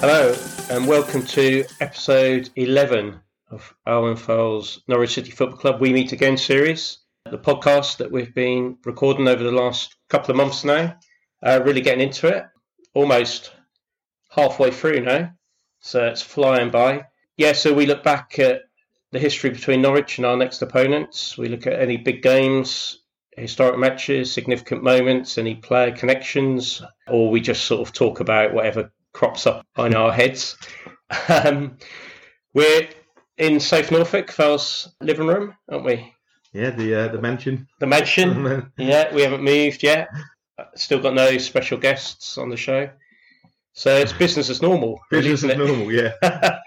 Hello, and welcome to episode 11 of Owen Foles Norwich City Football Club We Meet Again series, the podcast that we've been recording over the last couple of months now. Uh, really getting into it, almost halfway through now, so it's flying by. Yeah, so we look back at the history between Norwich and our next opponents. We look at any big games, historic matches, significant moments, any player connections, or we just sort of talk about whatever crops up on our heads. Um, we're in South Norfolk, Fell's living room, aren't we? Yeah, the uh, the mansion. The mansion. yeah, we haven't moved yet. Still got no special guests on the show. So it's business as normal. really, Business isn't as it? normal, yeah. uh,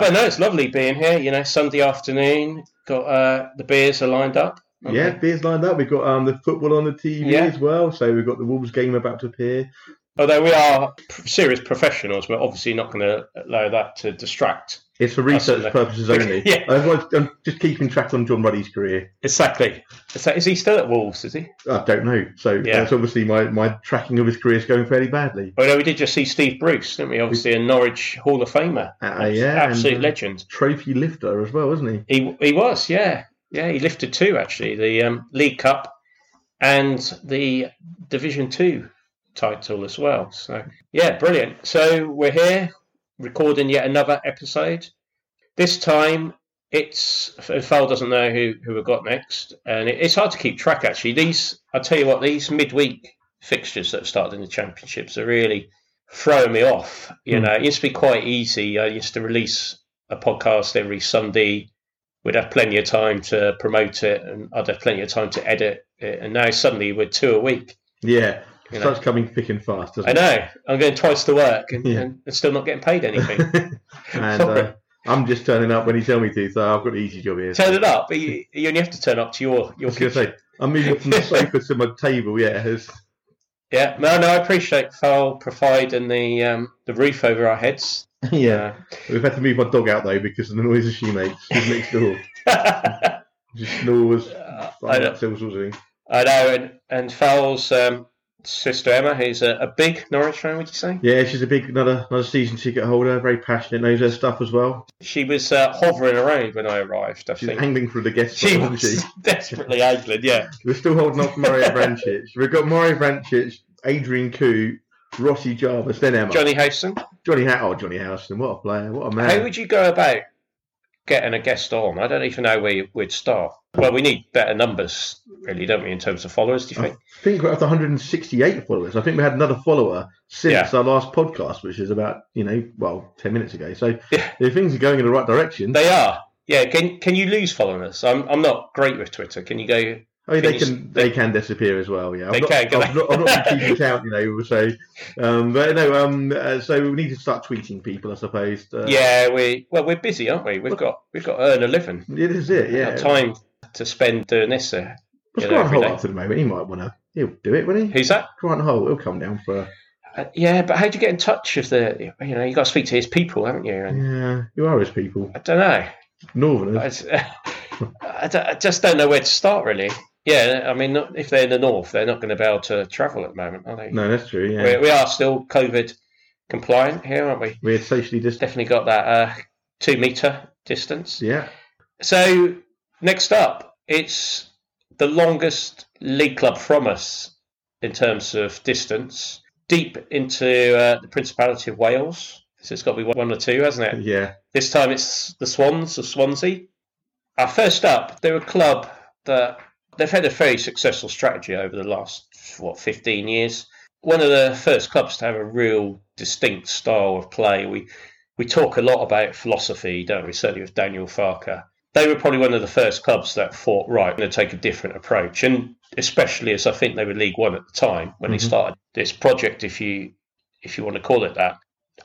but no, it's lovely being here. You know, Sunday afternoon, got uh, the beers are lined up. haven't Yeah, beers lined up. We've got um, the football on the TV Yeah. as well. So we've got the Wolves game about to appear. we? Although we are p- serious professionals, we're obviously not going to allow that to distract. It's for Absolutely. research purposes only. Yeah. Otherwise, I'm just keeping track on John Ruddy's career. Exactly. Is, that, is he still at Wolves? Is he? I don't know. So Yeah. that's obviously my, my tracking of his career is going fairly badly. Oh no, we did just see Steve Bruce, didn't we? Obviously, a Norwich Hall of Famer, Uh, yeah, and, absolute uh, legend. Trophy lifter as well, isn't he? He he was, yeah, yeah. He lifted two actually, the um, League Cup and the Division Two title as well. So yeah, brilliant. So we're here recording yet another episode. This time it's Fowl doesn't know who who we've got next, and it, it's hard to keep track actually. These I tell you what, these midweek fixtures that have started in the championships are really throwing me off. You Hmm. know, it used to be quite easy. I used to release a podcast every Sunday we'd have plenty of time to promote it and I'd have plenty of time to edit it. And now suddenly we're two a week. Yeah. You know. Starts coming thick and fast, doesn't I know, I'm going twice to work and, Yeah. and, and still not getting paid anything. it? and uh, I'm just turning up when you tell me to. So I've got the easy job here. turn it up, but you, you only have to turn up to your, I your was going to kitchen. say, I'm moving from the sofa to my table. Yeah. It's, Yeah, no, no, I appreciate Fowl providing the, um, the roof over our heads. yeah. We've had to move my dog out though because of the noises she makes. She's next door. Uh, She snores. I I know. all sorts of things. I know, and, and Fowl's um, sister Emma, who's a, a big Norwich fan, would you say? Yeah, she's a big another another season ticket holder. Very passionate, knows her stuff as well. She was uh, hovering around when I arrived, I She's think. angling for the guest She spot, was isn't she? desperately angling, yeah. We're still holding on for Mario Vrancic. We've got Mario Vrancic, Adrian Koo, Rossi Jarvis, then Emma. Johnny, Johnny Howson, Johnny How- oh Johnny Houston, what a player, what a how man. would you go about getting a guest on? I don't even know where you- we'd start. Well, we need better numbers, really, don't we, in terms of followers, do you I think? think we're up to 168 followers. I think we had another follower since Yeah. our last podcast, which is about, you know, well, 10 minutes ago. So Yeah. the things are going in the right direction. They are. Yeah, can can you lose followers? I'm I'm not great with Twitter. Can you go? I mean, they Things- can they can disappear as well. Yeah, They I'm not, can, can I'm they? not, I'm not really keeping count, you know. So, um, but no, um, uh, so we need to start tweeting people, I suppose. Uh, yeah, we well we're busy, aren't we? We've got we've got to earn a living. it is it. We've Yeah, got time to spend doing this. Uh, What's you know, Grant every Holt day. up to the moment? He might want to. He'll do it, won't he? Who's that? Grant Holt. He'll come down for. Uh, yeah, but how do you get in touch with the? You know, you got to speak to his people, haven't you? And Yeah, you are his people, I don't know. I, Northerners. s- I d- I just don't know where to start, really. Yeah, I mean, not- if they're in the north, they're not going to be able to travel at the moment, are they? No, that's true. Yeah, we, we are still COVID compliant here, aren't we? we're socially distant. Definitely got that uh, two meter distance. Yeah, So next up, it's the longest league club from us in terms of distance, deep into uh, the Principality of Wales. So it's got to be one or two, hasn't it? yeah. This time it's the Swans of Swansea. Uh, first up, they're a club that they've had a very successful strategy over the last, what, 15 years. One of the first clubs to have a real distinct style of play. We, we talk a lot about philosophy, don't we? Certainly with Daniel Farker. They were probably one of the first clubs that thought, right, I'm going to take a different approach. And especially as I think they were League One at the time when they Mhm. started this project, if you if you want to call it that.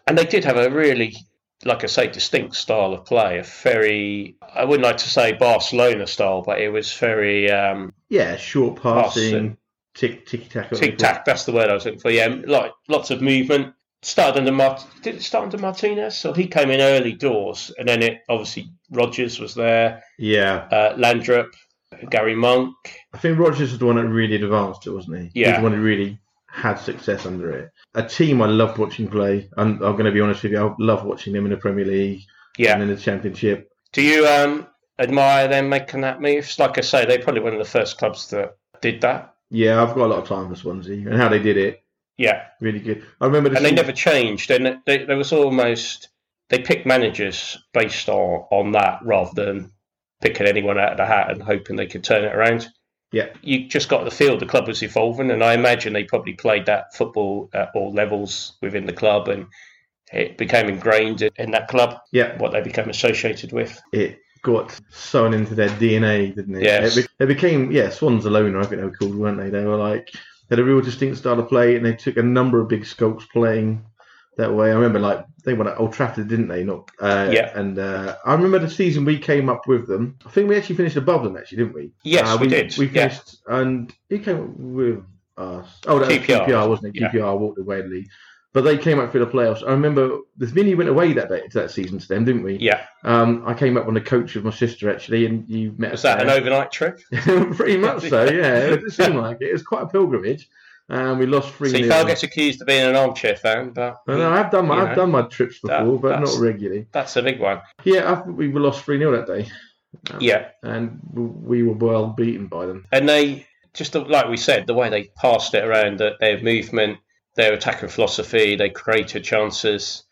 And they did have a really like I say, distinct style of play. A very, I wouldn't like to say Barcelona style, but it was very um, Yeah, short uh, passing, Passing. tick ticky tack. tic tac. That's the word I was looking for. Yeah, like lots of movement. Started under Mart- did it start under Martinez? So he came in early doors, and then it obviously Rogers was there, Yeah, uh, Landrup, Gary Monk. I think Rogers was the one that really advanced it, wasn't he? He was Yeah. the one who really had success under it. A team I loved watching play, and I'm going to be honest with you, I love watching them in the Premier League Yeah. and in the Championship. Do you um, admire them making that move? Like I say, they're probably one of the first clubs that did that. Yeah, I've got a lot of time for Swansea and how they did it. Yeah, Really good. I remember the and they season- never changed. And it- they, there was almost they picked managers based on on that rather than picking anyone out of the hat and hoping they could turn it around. Yeah. you just got the feel the club was evolving, and I imagine they probably played that football at all levels within the club, and it became ingrained in- in that club Yeah, what they became associated with. it got sewn into their DNA, didn't it? Yes. It, be- they became, yeah, Swans alone, I think they were called, weren't they? They were like, they had a real distinct style of play and they took a number of big sculpts playing that way. I remember, like, they won at Old Trafford, didn't they? Not, uh, Yeah. And uh, I remember the season we came up with them. I think we actually finished above them, actually, didn't we? Yes, Uh, we, did. We yeah. finished, and who came up with us? Oh, that QPR. was QPR, wasn't it? Yeah. QPR walked away league. But they came up for the playoffs. I remember the Vinny went away that day to that season to them, didn't we? yeah. Um, I came up on the coach of my sister actually, and you met. Was us that an there. overnight trip? Pretty much so, yeah. It seemed like it. It was quite a pilgrimage, and we lost three. See, nil. Val gets accused of being an armchair fan, but I know, I've done my, you I've know, done my trips that- before, but that's- not regularly. that's a big one. Yeah, I think we were lost three 0 that day, Yeah, and we were well beaten by them. and they just like we said, the way they passed it around, that their movement, their attacking philosophy, they created chances.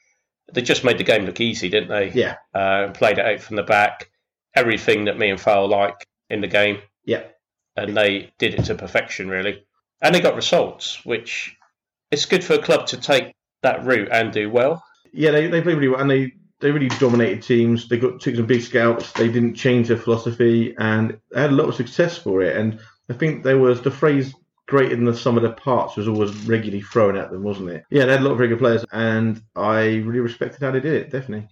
They just made the game look easy, didn't they? Yeah. uh, played it out from the back. Everything that me and Fowl like in the game. Yeah. and they did it to perfection, really. And they got results, which it's good for a club to take that route and do well. Yeah, they, they played really well, and they, they really dominated teams. They got took some big scouts. They didn't change their philosophy, and they had a lot of success for it. And I think there was the phrase "greater than the sum of the parts" was always regularly thrown at them, wasn't it? Yeah, they had a lot of very good players, and I really respected how they did it. Definitely.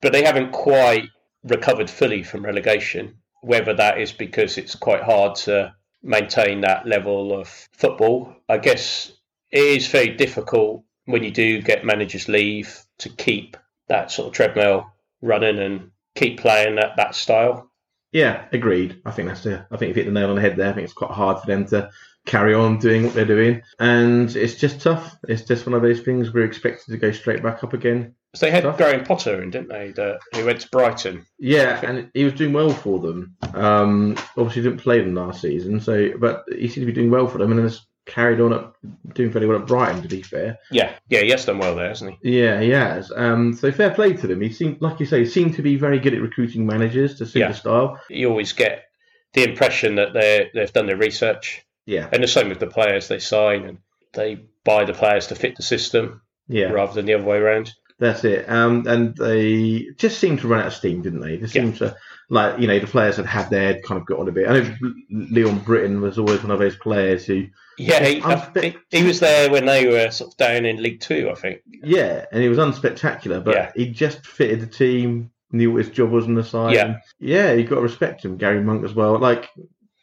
but they haven't quite recovered fully from relegation. Whether that is because it's quite hard to maintain that level of football, I guess it is very difficult when you do get managers leave to keep that sort of treadmill running and keep playing that, that style. Yeah, agreed. I think that's the. I think you've hit the nail on the head there. I think it's quite hard for them to carry on doing what they're doing, and it's just tough. It's just one of those things we're expected to go straight back up again. 'Cause they had Tough. Graham Potter in, didn't they? The, who went to Brighton. Yeah, and he was doing well for them. Um, obviously, didn't play them last season, so but he seemed to be doing well for them, and has carried on at doing fairly well at Brighton. To be fair, Yeah, yeah, he has done well there, hasn't he? yeah, he has. Um, so fair play to them. He seemed, like you say, he seemed to be very good at recruiting managers to suit Yeah. the style. You always get the impression that they they've done their research Yeah, and the same with the players they sign and they buy the players to fit the system yeah, rather than the other way around. that's it. Um, and they just seemed to run out of steam, didn't they? They Yeah. seemed to like you know the players that had their kind of got on a bit. I know Leon Britton was always one of those players who Yeah, he, I'm I a bit- he, he was there when they were sort of down in League Two, I think. Yeah, and he was unspectacular, but Yeah. he just fitted the team, knew what his job was on the side. Yeah. yeah, you got to respect him, Gary Monk as well. Like,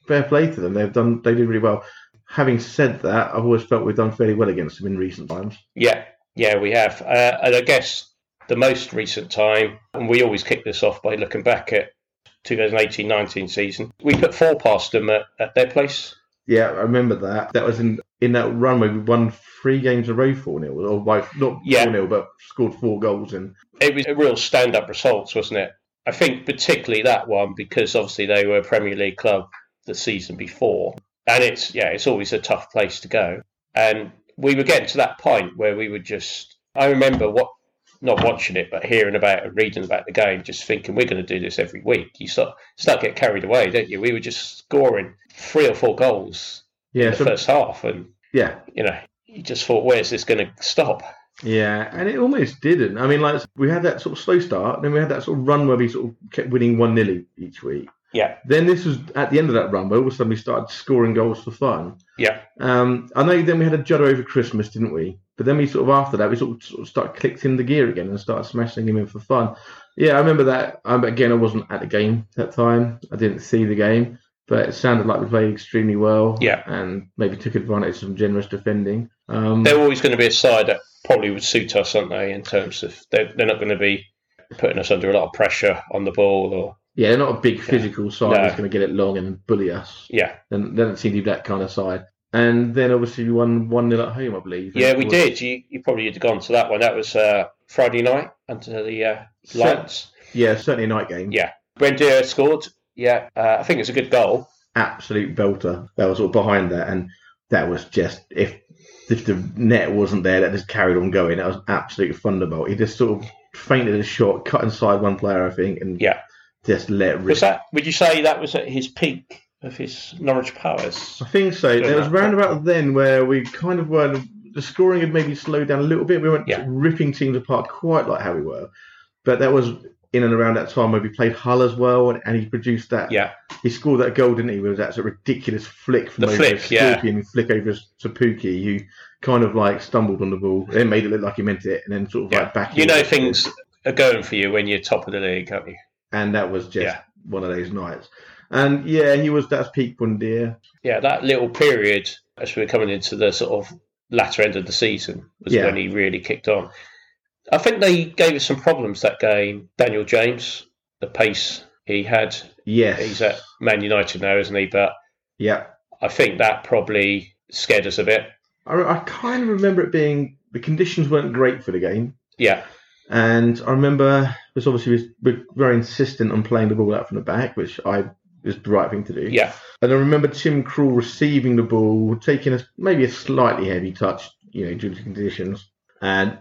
fair play to them. They've done, they did really well. Having said that, I've always felt we've done fairly well against them in recent times. Yeah, yeah, we have. Uh, and I guess the most recent time, and we always kick this off by looking back at 2018 19 season, we put four past them at, at their place. Yeah, I remember that. That was in in that run where we won three games in a row, four 0 or by not Yeah. four 0 but scored four goals and It was a real stand up results, wasn't it? I think particularly that one because obviously they were a Premier League club the season before. And it's yeah, it's always a tough place to go. And we were getting to that point where we were just I remember what not watching it but hearing about and reading about the game, just thinking we're gonna do this every week. You start start get carried away, don't you? We were just scoring three or four goals yeah, in the so, first half and yeah, you know, you just thought, where's this gonna stop? Yeah, and it almost didn't. I mean, like we had that sort of slow start, then we had that sort of run where we sort of kept winning one 0 each week. Yeah. Then this was at the end of that run where all of a sudden we started scoring goals for fun. Yeah. Um, I know then we had a judder over Christmas, didn't we? But then we sort of after that we sort of, sort of started clicked in the gear again and started smashing him in for fun. Yeah, I remember that. Um, again, I wasn't at the game that time. I didn't see the game, but it sounded like we played extremely well. Yeah. and maybe took advantage of some generous defending. Um, they're always going to be a side that probably would suit us, aren't they? In terms of they're, they're not going to be putting us under a lot of pressure on the ball, or Yeah, they're not a big physical side No. that's going to get it long and bully us. yeah, Then they don't seem to be that kind of side. And then obviously we won one 0 at home, I believe. Yeah, And we it was did. You, you probably had gone to that one. That was uh, Friday night under the uh, cer- lights. yeah, certainly a night game. Yeah. Brendier scored. Yeah, uh, I think it's a good goal. absolute belter that was all behind that, and that was just if if the net wasn't there, that just carried on going. That was absolute thunderbolt. He just sort of feinted a shot, cut inside one player, I think, and Yeah. just let rip. Was that? Would you say that was at his peak of his Norwich powers? I think so. Yeah. There was round about then where we kind of were the scoring had maybe slowed down a little bit. We weren't Yeah. ripping teams apart quite like how we were, but that was in and around that time where we played Hull as well, and, and he produced that. Yeah. he scored that goal, didn't he? With that sort of ridiculous flick from The over flick, yeah. and flick over Sapuki, who kind of like stumbled on the ball, then made it look like he meant it, and then sort of Yeah. like back. You in. know things are going for you when you're top of the league, aren't you? and that was just Yeah. one of those nights. And yeah, he was that's peak Bundia. Yeah, that little period as we were coming into the sort of latter end of the season was Yeah. when he really kicked on. I think they gave us some problems that game. Daniel James, the pace he had, Yes, he's at Man United now, isn't he? But yeah. I think that probably scared us a bit. I, I kind of remember it being the conditions weren't great for the game, Yeah, and I remember this obviously was we're very insistent on playing the ball out from the back, which I is the right thing to do. yeah, And I remember Tim Krul receiving the ball, taking a maybe a slightly heavy touch, you know, due to conditions, and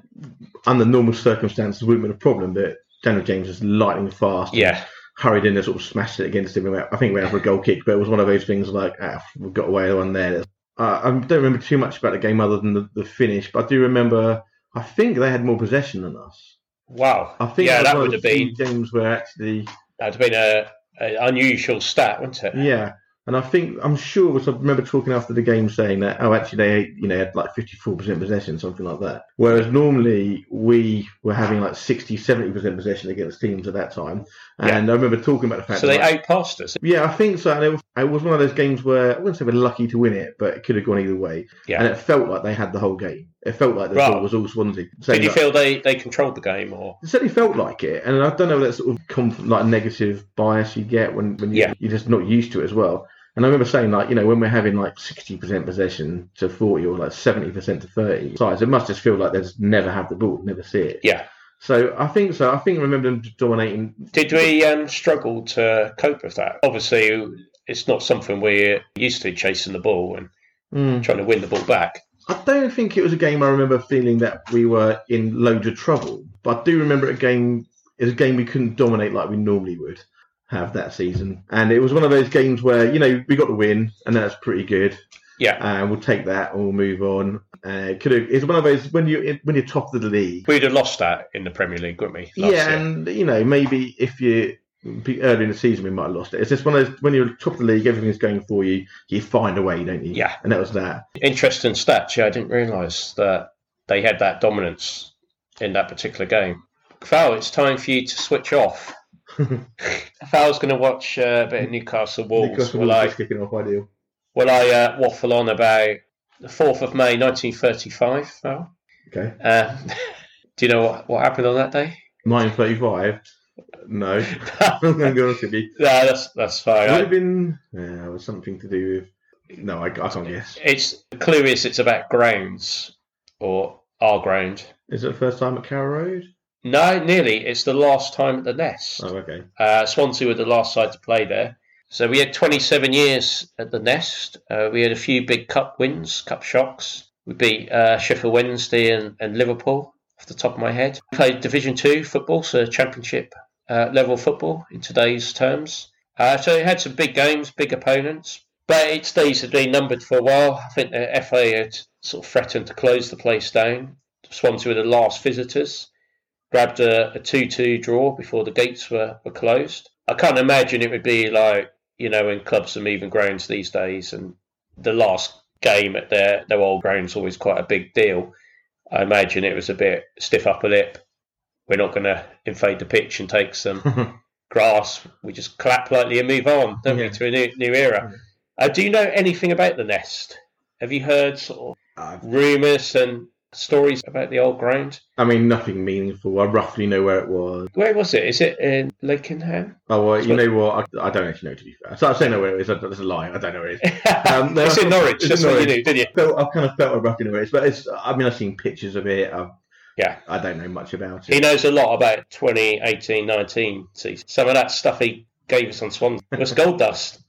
under normal circumstances wouldn't have been a problem, but. Daniel James was lightning fast. and yeah, Hurried in and sort of smashed it against him. I think we went out for a goal kick, but it was one of those things like, ah, we got away with one there. Uh, I don't remember too much about the game other than the, the finish, but I do remember, I think they had more possession than us. wow. I think yeah, was that one would have of the few been games where actually, that'd have been a, a unusual stat, wouldn't it? yeah. And I think, I'm sure, was I remember talking after the game saying that, oh, actually, they you know had like 54% possession, something like that. Whereas normally we were having like 60, 70% possession against teams at that time. And I remember talking about the fact So that they like, outpassed us. Yeah, I think so. And it was, it was one of those games where I wouldn't say we're lucky to win it, but it could have gone either way. Yeah. And it felt like they had the whole game. It felt like the Right. ball was all Swansea. So Did you like- feel they, they controlled the game or? It certainly felt like it, and I don't know that sort of conf- like negative bias you get when when you, Yeah. you're just not used to it as well. And I remember saying like, you know, when we're having like 60% possession to 40 or like 70% to 30 sides, it must just feel like they just never have the ball, never see it. Yeah. So I think so. I think I remember them dominating Did we um, struggle to cope with that? Obviously, it's not something we're used to chasing the ball and Mm. trying to win the ball back. I don't think it was a game I remember feeling that we were in loads of trouble, but I do remember a game it was a game we couldn't dominate like we normally would have that season. And it was one of those games where, you know, we got the win and that's pretty good. Yeah, Uh, we'll take that and we'll move on. Uh, could have, it's one of those when you when you're top of the league. we'd have lost that in the Premier League, wouldn't we? yeah, and you know, maybe if you be early in the season we might have lost it. It's just one of those when you're top of the league, everything's going for you, you find a way, don't you? Yeah. And that was that. Interesting stat. Yeah, I didn't realise that they had that dominance in that particular game. Val, it's time for you to switch off. Val's going to watch uh, a bit of Newcastle Wolves. Newcastle while Wolves I just kicking off ideal. while I uh, waffle on about the fourth of May, nineteen thirty-five. Val, Okay. uh, do you know what, what happened on that day? Nine thirty-five. No, I'm going to go on to be. No, that's that's fine. It I- would have been yeah, it was something to do with. No, I, I can't guess. it's the clue is it's about grounds or our ground. Is it the first time at Carrow Road? No, nearly. It's the last time at the Nest. Oh, okay. Uh, Swansea were the last side to play there. So we had 27 years at the Nest. Uh, we had a few big cup wins, cup shocks. We beat uh, Sheffield Wednesday and, and Liverpool off the top of my head. We played Division Two football, so Championship uh, level football in today's terms. Uh, so we had some big games, big opponents. But its days had been numbered for a while. I think the FA had sort of threatened to close the place down. Swansea were the last visitors grabbed a, a 2 2 draw before the gates were, were closed. I can't imagine it would be like, you know, in clubs and even grounds these days, and the last game at their, their old ground's always quite a big deal. I imagine it was a bit stiff upper lip. We're not going to invade the pitch and take some Uh, grass. We just clap lightly and move on, don't we, Yeah. to a new, new era. Uh, do you know anything about the nest? Have you heard sort of I've, rumours and stories about the old ground. I mean, nothing meaningful. I roughly know where it was. Where was it? Is it in Lakenham? Oh, well, you know what? I, I don't actually know, to be fair. So I don't know where it is. I- That's a lie. I don't know where it is. Um, no, it's in Norwich. it's in That's what you Norwich. knew, didn't you? felt I've kind of felt a rough in it, but it's. I mean, I've seen pictures of it. I've, Yeah. I don't know much about He it. knows a lot about 2018 19 season. Some of that stuff he gave us on Swan was gold dust.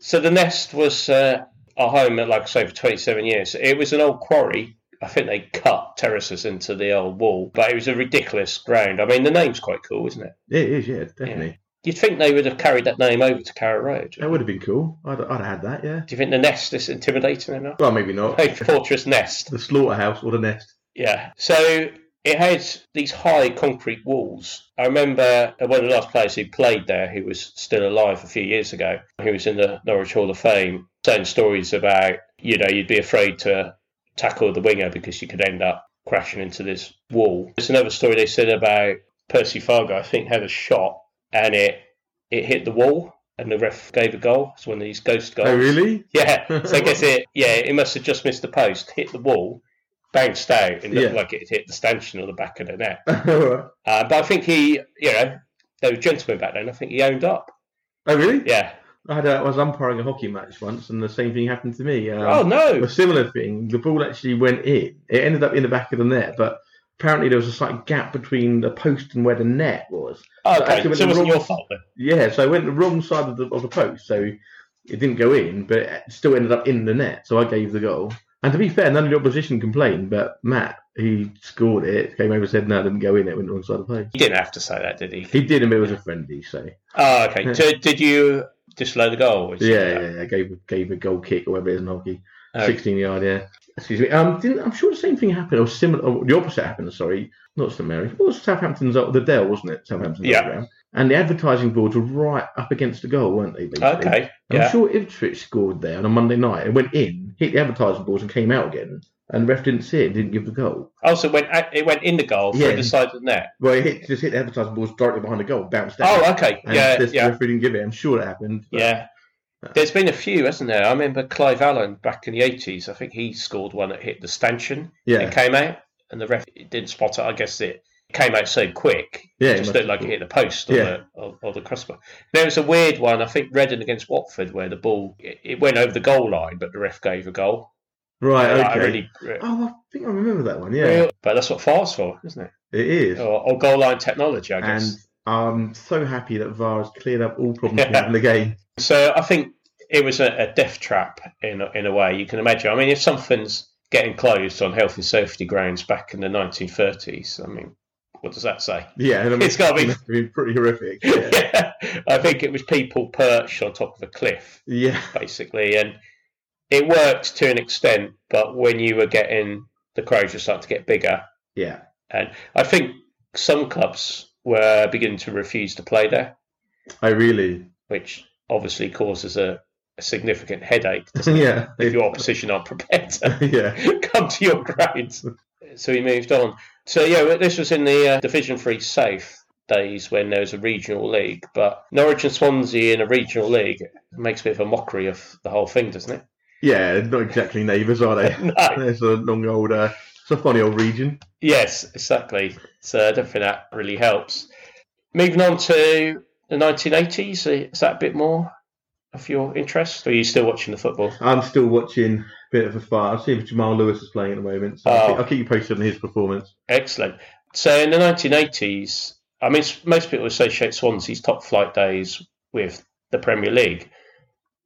So the nest was uh, our home, at, like I say, for 27 years. It was an old quarry. I think they cut terraces into the old wall, but it was a ridiculous ground. I mean, the name's quite cool, isn't it? It is, yeah, definitely. You'd think they would have carried that name over to Carrow Road. That would have been cool. I'd, I'd have had that, yeah. Do you think the nest is intimidating enough? Well, maybe not. A fortress nest. the slaughterhouse or the nest. Yeah. So it had these high concrete walls. I remember one of the last players who played there, who was still alive a few years ago, who was in the Norwich Hall of Fame, saying stories about, you know, you'd be afraid to tackle the winger because you could end up crashing into this wall. There's another story they said about Percy Fargo, I think, had a shot and it, it hit the wall and the ref gave a goal. It's one of these ghost goals. Oh, really? Yeah, so I guess it. Yeah, it must have just missed the post, hit the wall, bounced out, and looked Yeah. like it hit the stanchion or the back of the net. oh, Uh, but I think he, you know, they were gentlemen back then. I think he owned up. really? Yeah. I, had a, I was umpiring a hockey match once, and the same thing happened to me. Um, oh no. A similar thing. The ball actually went in. It ended up in the back of the net, but apparently there was a slight gap between the post and where the net was. Okay, actually so went it wasn't wrong- your fault then. Yeah, so I went the wrong side of the, of the post, so it didn't go in, but it still ended up in the net. So I gave the goal. And to be fair, none of the opposition complained, but Matt, he scored it, came over and said, no, it didn't go in, it went wrong side of the post. He didn't have to say that, did he? He did, and it was a friendly, so Oh, okay. Yeah. So did you dislow the goal? Is- yeah, yeah, yeah, gave gave a goal kick or whatever it is in hockey, Oh. sixteen yard, yeah. Excuse me. Um, didn't I'm sure the same thing happened or similar? Or the opposite happened. Sorry, not St Mary. What was Southampton's old- the Dell, wasn't it? Southampton's old Yeah. ground. And the advertising boards were right up against the goal, weren't they? basically? Okay. I'm Yeah. sure Ipswich scored there on a Monday night. It went in, hit the advertising boards, and came out again. And the ref didn't see it, and didn't give the goal. Also, went out- Oh, it went in the goal through Yeah. the side of the net. Well, it hit, just hit the advertising boards directly behind the goal, bounced out. Oh, okay. and yeah, this, yeah. the referee didn't give it. I'm sure that happened. but- Yeah. There's been a few, hasn't there? I remember Clive Allen back in the 80s. I think he scored one that hit the stanchion. yeah, It came out, and the ref didn't spot it. I guess it came out so quick. yeah. It it just must looked have like it been. hit the post or, Yeah. the, or, or the crossbar. There was a weird one, I think Reading against Watford, where the ball it, it went over the goal line, but the ref gave a goal. Right. Like, I Okay. really- Oh, I think I remember that one. Yeah, real- But that's what VAR's for, isn't it? it is. Or, or goal line technology, I guess. and I'm so happy that VAR has cleared up all problems we had in the game. So I think it was a, a death trap in a- in a way. You can imagine. I mean, if something's getting closed on health and safety grounds back in the 1930s, I mean, what does that say? Yeah, and I mean, It's gotta be- it must have been pretty horrific. Yeah, I think it was people perched on top of a cliff, yeah. basically, and it worked to an extent. But when you were getting the crowds were starting to get bigger, yeah. I think some clubs were beginning to refuse to play there, I really, which obviously causes a, a significant headache yeah, if your opposition aren't prepared to yeah, come to your grounds. So he moved on. So yeah, well, this was in the uh, Division Three Safe days when there was a regional league, but Norwich and Swansea in a regional league makes a bit of a mockery of the whole thing, doesn't it? yeah. Not exactly neighbours, are they? No. There's a long old, uh, it's a funny old region. Yes, exactly. So I don't think that really helps. Moving on to the 1980s, is that a bit more of your interest? Or are you still watching the football? I'm still watching a bit of a far. I'll see if Jamal Lewis is playing at the moment. So I'll, Oh. keep, I'll keep you posted on his performance. Excellent. So in the 1980s, I mean, s- most people associate Swansea's top flight days with the Premier League.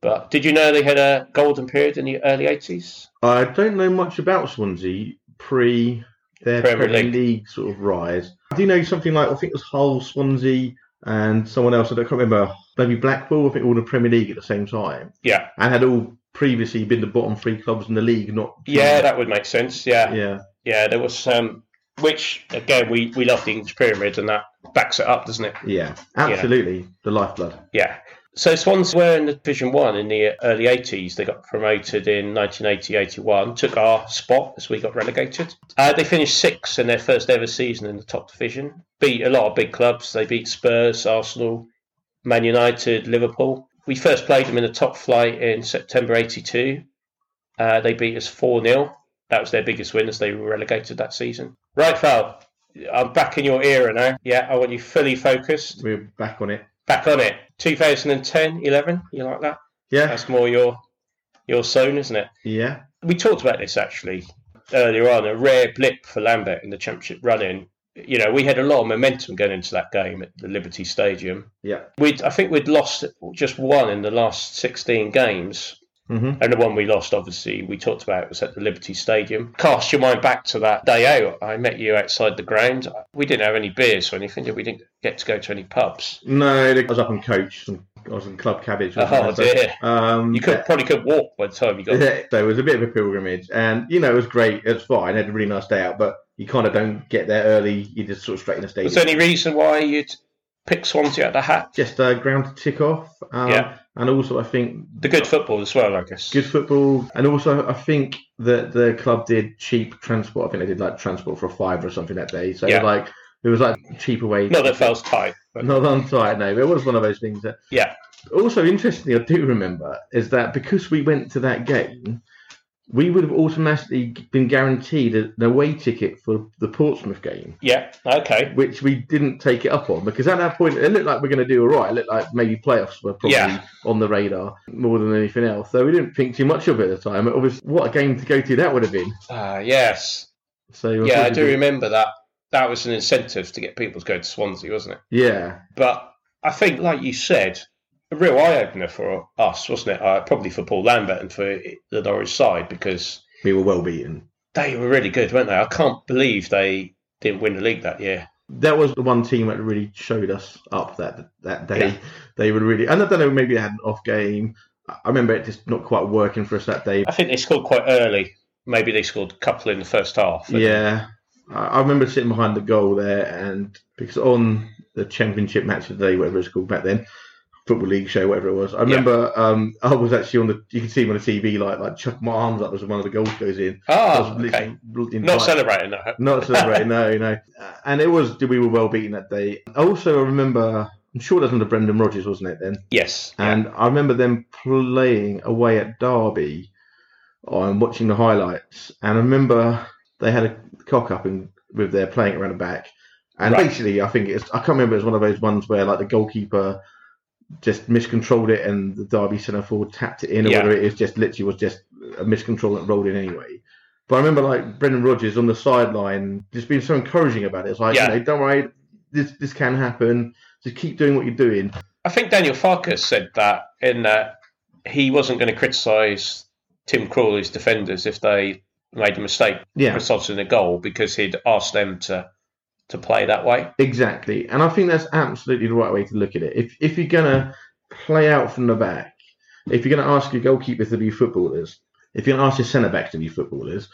But did you know they had a golden period in the early 80s? I don't know much about Swansea pre their Premier Premier, League. League. sort of rise. I do know something like I think it was Hull, Swansea, and someone else. I don't- can't remember. Maybe Blackpool. I think all in the Premier League at the same time, Yeah. and had all previously been the bottom three clubs in the league. Not Yeah, that would make sense. Yeah. Yeah, Hmm. yeah, there was um, which, again, we, we love the English pyramid and that backs it up, doesn't it? yeah, absolutely the lifeblood. Yeah. So Swans were in the Division 1 in the early 80s. They got promoted in 1980-81, took our spot as we got relegated. Uh, they finished sixth in their first ever season in the top division. Beat a lot of big clubs. They beat Spurs, Arsenal, Man United, Liverpool. We first played them in the top flight in September 82. Uh, they beat us 4-0. that was their biggest win as they were relegated that season. Right, Val, I'm back in your era now. Yeah, I want you fully focused, We're back on it. back on it. 2010, 11, you like that? Yeah, That's more your your zone, isn't it? yeah, We talked about this actually earlier on. A rare blip for Lambert in the championship running. You know, we had a lot of momentum going into that game at the Liberty Stadium. yeah. We'd, I think we'd lost just one in the last 16 games. hmm And the one we lost, obviously, we talked about was at the Liberty Stadium. Cast your mind back to that day out. I met you outside the ground. We didn't have any beers or anything. did We We didn't get to go to any pubs. No, I was up on coach. And I was in club cabbage. wasn't Oh, I? So, dear. Um, You could probably could walk by the time you got there. Yeah, so it was a bit of a pilgrimage, and you know it was great. It was fine. I had a really nice day out, but you kind of don't get there early. You just sort of straight in the stadium. Was there any reason why you'd pick Swansea out of the hat? just uh, ground to tick off. Um, Yeah. And also, I think The good football as well, I guess. good football, and also I think that the club did cheap transport. I think they did like transport for a five or something that day. So it was Yeah. like it was like cheaper way. Not that Fell's tight. But Not on site, no. But it was one of those things that. Yeah. Also, interestingly, I do remember is that because we went to that game, we would have automatically been guaranteed a- an away ticket for the Portsmouth game, Yeah, okay. which we didn't take it up on because at that point it looked like we are going to do all right. It looked like maybe playoffs were probably Yeah. on the radar more than anything else. So we didn't think too much of it at the time. It was what a game to go to that would have been. Ah, yes. So Yeah, I do unfortunately- remember that. That was an incentive to get people to go to Swansea, wasn't it? Yeah, But I think, like you said, a real eye opener for us, wasn't it? Uh, probably for Paul Lambert and for the Norwich side because we were well beaten. they were really good, weren't they? I can't believe they didn't win the league that year. that was the one team that really showed us up that that day. Yeah. They would really, and I don't know, maybe they had an off game. I I remember it just not quite working for us that day. I think they scored quite early. Maybe they scored a couple in the first half. And Yeah, I I remember sitting behind the goal there, and because on the championship match of the day, whatever it's called back then, football league show, whatever it was, I remember um, I was actually on the. You can see me on the TV, like like chuck my arms up as one of the goals goes in. I Ah, was okay. literally in Not tight- celebrating that. Not celebrating, no, no. And it was, we were well beaten that day. I also remember, I'm sure that was under Brendan Rodgers, wasn't it then? Yes. yeah. And I remember them playing away at Derby and watching the highlights. And I remember they had a cock up in, with their playing around the back. And Right. basically, I think it's, I can't remember, it was one of those ones where like the goalkeeper just miscontrolled it and the Derby centre forward tapped it in, or Yeah. whether it is just literally was just a miscontrol that rolled in anyway. But I remember like Brendan Rodgers on the sideline just being so encouraging about it. It's like, Yeah. you know, don't worry, this this can happen. Just keep doing what you're doing. I think Daniel Farkas said that in that he wasn't going to criticise Tim Crawley's defenders if they made a mistake Yeah. resulting in a goal because he'd asked them to to play that way. Exactly, and I think that's absolutely the right way to look at it. If if you're gonna play out from the back, if you're gonna ask your goalkeepers to be footballers, if you're gonna ask your centre back to be footballers,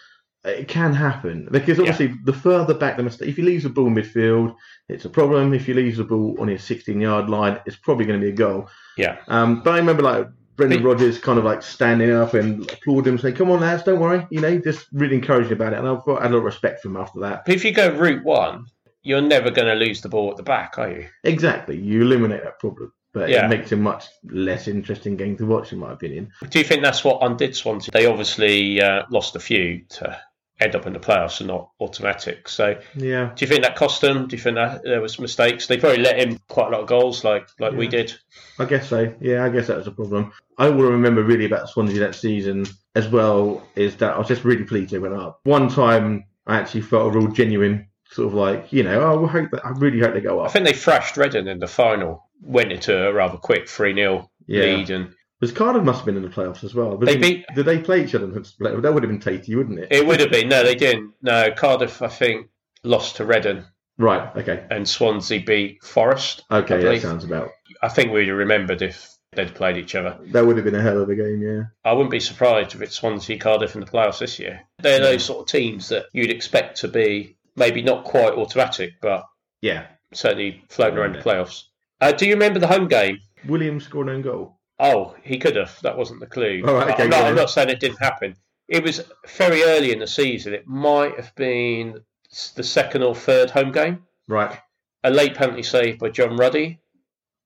it can happen because obviously the further back the mistake. If he leaves the ball midfield, it's a problem. If he leaves the ball on his 16 yard line, it's probably going to be a goal. Yeah. Um, but I remember like Brendan But- Rodgers kind of like standing up and applauding him, saying, "Come on, lads, don't worry," you know, just really encouraging about it. And I've got I had a lot of respect for him after that. But if you go route one, you're never going to lose the ball at the back, are you? Exactly. You eliminate that problem, but Yeah. it makes a much less interesting game to watch, in my opinion. Do you think that's what undid Swansea? They obviously uh, lost a few to end up in the playoffs and not automatic. So Yeah. do you think that cost them? Do you think that there was mistakes? They probably let in quite a lot of goals, like like we Yeah. did. I guess so. Yeah, I guess that was a problem. I will remember really about Swansea that season as well is that I was just really pleased they went up. One time I actually felt a real genuine sort of like, you know, oh, I hope that I really hope they go I up. think they thrashed Reading in the final. Went into a rather quick three 0 Yeah. lead, and Because Cardiff must have been in the playoffs as well. They beat- Did they play each other? in the playoffs? That would have been Tatey, wouldn't it? it would have been. No, they didn't. No, Cardiff, I think, lost to Reading, Right. Okay. and Swansea beat Forest. Okay. That believe- sounds about. I think we'd have remembered if they'd played each other. That would have been a hell of a game. Yeah. I wouldn't be surprised if it's Swansea, Cardiff in the playoffs this year. They're those sort of teams that you'd expect to be maybe not quite automatic, but Yeah. certainly floating around the playoffs. Uh, do you remember the home game? Williams scored an own goal. Oh, he could have. That wasn't the clue. All right, okay, I'm, not, go I'm on. not saying it didn't happen. It was very early in the season. It might have been s- the second or third home game. Right. A late penalty save by John Ruddy.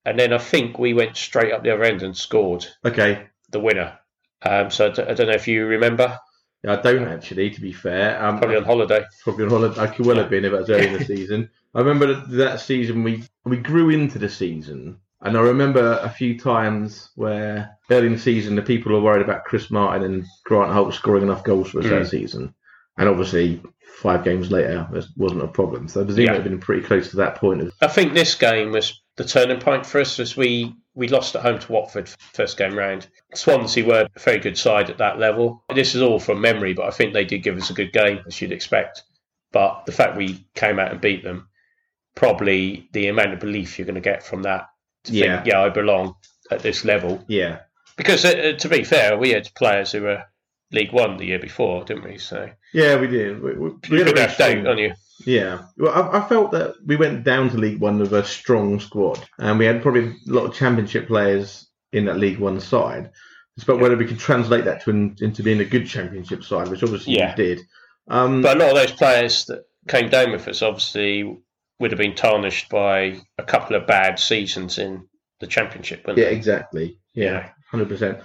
And then I think we went straight up the other end and scored Okay. the winner. Um, so I d- I don't know if you remember. I don't actually, to be fair. Um, Probably on holiday. probably on holiday. I could well have been if it was early in the season. I remember that, that season we we grew into the season, and I remember a few times where early in the season the people were worried about Chris Martin and Grant Holt scoring enough goals for us Mm. that season, and obviously five games later it wasn't a problem. So I presume Yeah. it had been pretty close to that point. I think this game was the turning point for us as we, we lost at home to Watford first game round. Swansea were a very good side at that level. This is all from memory, but I think they did give us a good game, as you'd expect. But the fact we came out and beat them, probably the amount of belief you're going to get from that to Yeah. think, yeah, I belong at this level. Yeah, Because uh, to be fair, we had players who were League One the year before, didn't we? So yeah, we did. We, we, you we had a could very have doubt strong- on you. Yeah, well, I, I felt that we went down to League One with a strong squad, and we had probably a lot of Championship players in that League One side. It's about whether we could translate that to an, into being a good Championship side, which obviously Yeah. we did. Um, But a lot of those players that came down with us obviously would have been tarnished by a couple of bad seasons in the Championship, wouldn't yeah, they? exactly. Yeah. Yeah, hundred percent.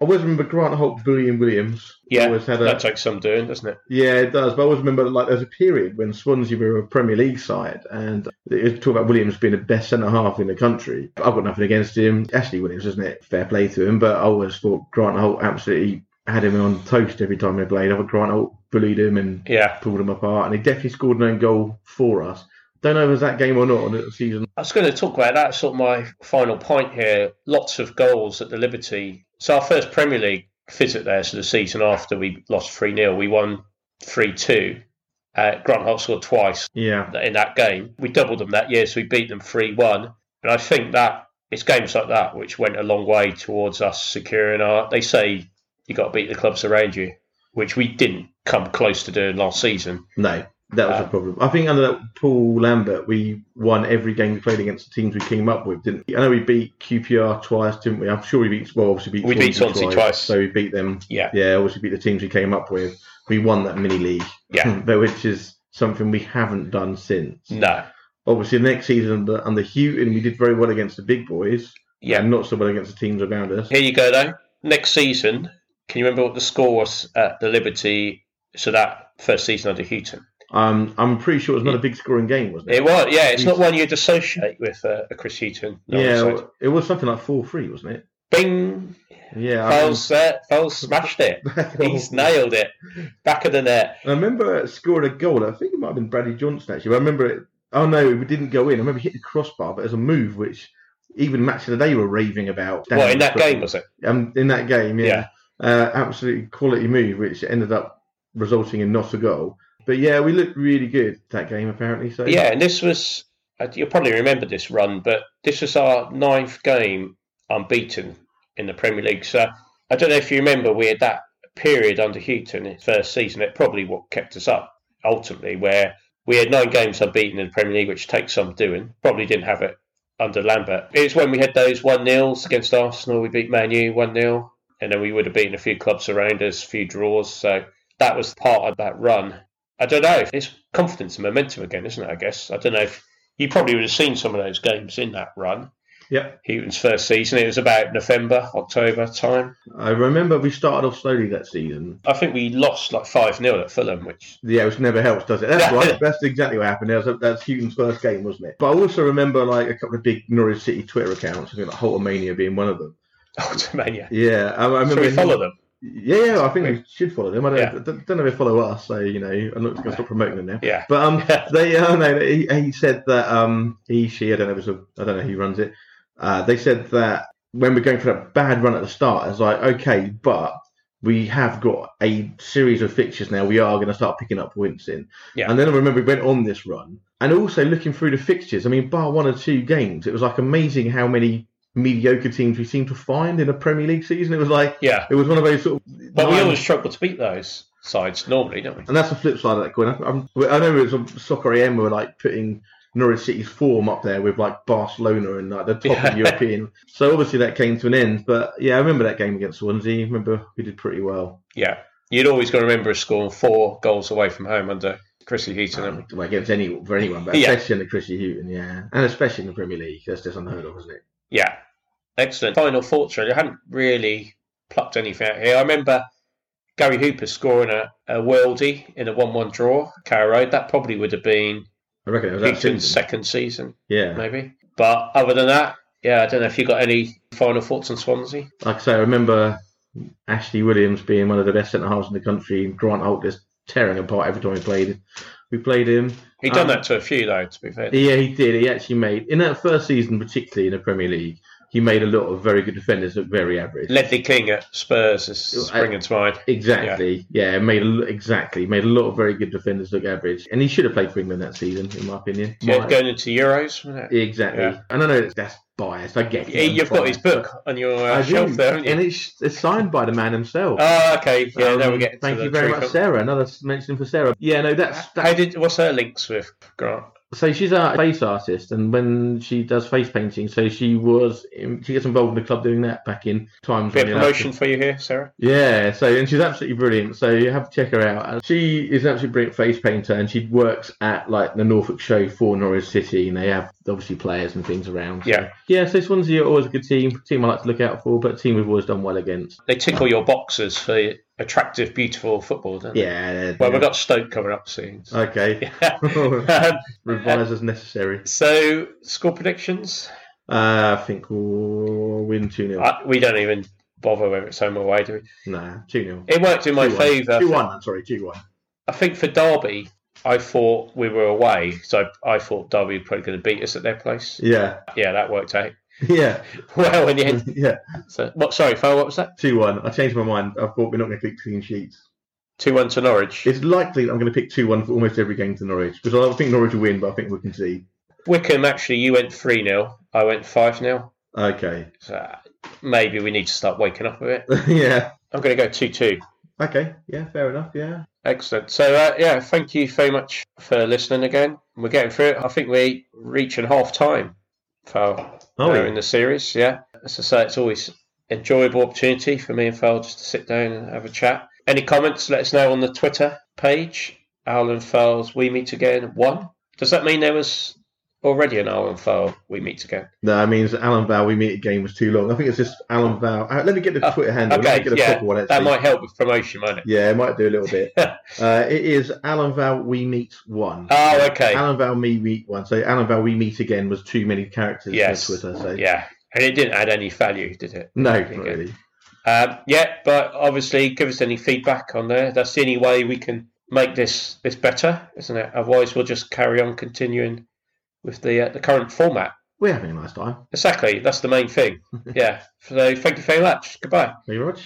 I always remember Grant Holt bullying Williams. Yeah, always had That a, takes some doing, doesn't it? Yeah, it does. But I always remember like there was a period when Swansea were a Premier League side, and it was talk about Williams being the best centre half in the country. I've got nothing against him. Ashley Williams, isn't it? Fair play to him. But I always thought Grant Holt absolutely had him on toast every time he played. I thought Grant Holt bullied him and Yeah. pulled him apart, and he definitely scored an own goal for us. Don't know if it was that game or not on the season. I was going to talk about that, sort of my final point here. Lots of goals at the Liberty. So, our first Premier League visit there, so the season after we lost 3 0, we won 3 2. Uh, Grant Holt scored twice. Yeah, that- in that game. We doubled them that year, so we beat them 3 1. And I think that it's games like that which went a long way towards us securing our. They say you got to beat the clubs around you, which we didn't come close to doing last season. no, that was Uh, a problem. I think under that Paul Lambert, we won every game we played against the teams we came up with, didn't we? I know we beat QPR twice, didn't we? I'm sure we beat, well, obviously beat We beat Swansea twice. So we beat them. Yeah. Yeah, obviously beat the teams we came up with. We won that mini league, Yeah. Mm. but which is something we haven't done since. No. Obviously, the next season under, under Houghton, we did very well against the big boys. Yeah. And not so well against the teams around us. Here you go, though. Next season, can you remember what the score was at the Liberty? So that first season under Houghton. Um, I'm pretty sure it was not a big scoring game, wasn't it? It was, yeah, it's not one you'd associate with uh, a Chris Houghton. No, yeah, so- it was something like 4 3, wasn't it? Bing! Yeah. I Foul's there. Foul smashed it. He's nailed it. Back of the net. And I remember scoring a goal. I think it might have been Bradley Johnson actually. But I remember it. Oh no, it didn't go in. I remember hitting the crossbar, but it was a move which even match of the day were raving about. Well, in that game, was it? Um, in that game, yeah, Yeah. Uh, absolutely quality move, which ended up resulting in not a goal. But yeah, we looked really good that game apparently. So Yeah, and this was, uh, you'll probably remember this run, but this was our ninth game unbeaten in the Premier League. So I don't know if you remember, we had that period under Houghton in his first season. It probably what kept us up ultimately, where we had nine games unbeaten in the Premier League, which takes some doing. Probably didn't have it under Lambert. It was when we had those 1 nils against Arsenal. We beat Man U 1 0. And then we would have beaten a few clubs around us, a few draws. So that was part of that run. I don't know. if It's confidence and momentum again, isn't it? I guess. I don't know if you probably would have seen some of those games in that run. Yep. Houghton's first season. It was about November, October time. I remember we started off slowly that season. I think we lost like 5 0 at Fulham, which, Yeah, which never helps, does it? That's Yeah. right. That's exactly what happened. That was- That's Houghton's first game, wasn't it? But I also remember like a couple of big Norwich City Twitter accounts, I think like Holtomania being one of them. oh, man, yeah. Yeah, I, I remember. So we follow them. Yeah, yeah, I think we should follow them. I don't, Yeah. I don't know if they follow us, so you know, I'm not going to stop promoting them now. Yeah. But um, they, uh, no, he, he said that um, he, she, I don't know, if it's a, I don't know who runs it. Uh, they said that when we're going for that bad run at the start, it's like okay, but we have got a series of fixtures now. We are going to start picking up points in. Yeah. And then I remember we went on this run, and also looking through the fixtures. I mean, bar one or two games, it was like amazing how many mediocre teams we seemed to find in a Premier League season. It was like Yeah. it was one of those sort of. But we nine- always struggle to beat those sides normally, don't we? and that's the flip side of that coin. I, I'm, I know it was on Soccer AM we were like putting Norwich City's form up there with like Barcelona and like the top Yeah. of European. So obviously that came to an end. But yeah, I remember that game against Swansea. I remember we did pretty well Yeah. You'd always got to remember us scoring four goals away from home under Chrissy Heaton. haven't we? um, well, against any for anyone, but Yeah. especially in the Chrissy Houghton, yeah, and especially in the Premier League. That's just unheard of, isn't it? Yeah. Excellent. Final thoughts, really. I hadn't really plucked anything out here. I remember Gary Hooper scoring a, a worldie in a 1 1 draw, Carrow Road, that probably would have been I reckon it was that season. Heaton's second season, Yeah. maybe. But other than that, yeah, I don't know if you got any final thoughts on Swansea. Like I say, I remember Ashley Williams being one of the best centre halves in the country, and Grant Holt just tearing apart every time we played. We played him. He'd done Um, that to a few, though, to be fair. Yeah, he did. He actually made in that first season, particularly in the Premier League, he made a lot of very good defenders look very average. Ledley King at Spurs is I- springing to mind. Exactly. Yeah, made a, lo- exactly made a lot of very good defenders look average, and he should have played for England that season, in my opinion. Yeah, My- going into Euros, wasn't it? exactly. Yeah. And I know that's biased. I get it. Yeah, I'm you've got his biased, book on your but I uh, do, shelf there, haven't and you? it's, it's signed by the man himself. Oh, okay. Yeah, now we're Um, getting Thank to you the very true much, film. Sarah. Another s- mention for Sarah. Yeah, no, that's How that. did what's her links with Grant? So she's a face artist, and when she does face painting, so she was she gets involved in the club doing that back in times. Bit when of you're allowed to- promotion for you here, Sarah. Yeah, so and she's absolutely brilliant. So you have to check her out. And she is an absolutely brilliant face painter, and she works at like the Norfolk show for Norwich City, and they have obviously players and things around. So- Yeah. yeah. So Swansea are always a good team, team I like to look out for, but team we've always done well against. They tickle your boxes for attractive, beautiful football, don't they? Yeah. Uh, they're- Well, we've got Stoke coming up soon. so- okay. Um, Revise as necessary. so, score predictions? Uh, I think we'll win two 0 I, we don't even bother whether it's home or away, do we? Nah, two 0 It worked in my favour. Two one. I'm sorry, two one. I think for Derby, I thought we were away, so I thought Derby were probably going to beat us at their place. Yeah. Yeah, that worked out Yeah. well in the end. yeah. So, what? Sorry, Phil, what was that? Two one. I changed my mind. I thought we're not going to keep clean sheets. Two one to Norwich. It's likely that I'm going to pick 2 1 for almost every game to Norwich because I don't think Norwich will win, but I think we can see. Wickham actually, you went three 0 I went five 0 Okay. So maybe we need to start waking up a bit. yeah. I'm going to go two two. Okay. Yeah, fair enough. Yeah. Excellent. So uh, yeah, thank you very much for listening again. We're getting through it. I think we're reaching half time, Phil. Oh, uh, in the series. Yeah, as I say, it's always enjoyable opportunity for me and Phil just to sit down and have a chat. Any comments? Let us know on the Twitter page. Owl and Phil's We Meet Again one. Does that mean there was already an Owl and Phil We Meet Again? No, it means Alan Val, we meet again, was too long. I think it's just Alan Val. uh, let me get the Oh, Twitter handle. okay, Let me get a yeah, proper one, That actually. might help with promotion, won't it? Yeah, it might do a little bit. uh, it is Alan Val, we meet one. Oh, okay. Alan Val, we meet one. So Alan Val, we meet again was too many characters Yes. for Twitter. So Yeah, and it didn't add any value, did it? No, Okay. not really. Um, yeah, but obviously, give us any feedback on there. That's the only way we can make this this better, isn't it? Otherwise, we'll just carry on continuing with the uh, the current format. We're having a nice time. Exactly, that's the main thing. yeah. So, thank you very much. Goodbye. Hey, Rog.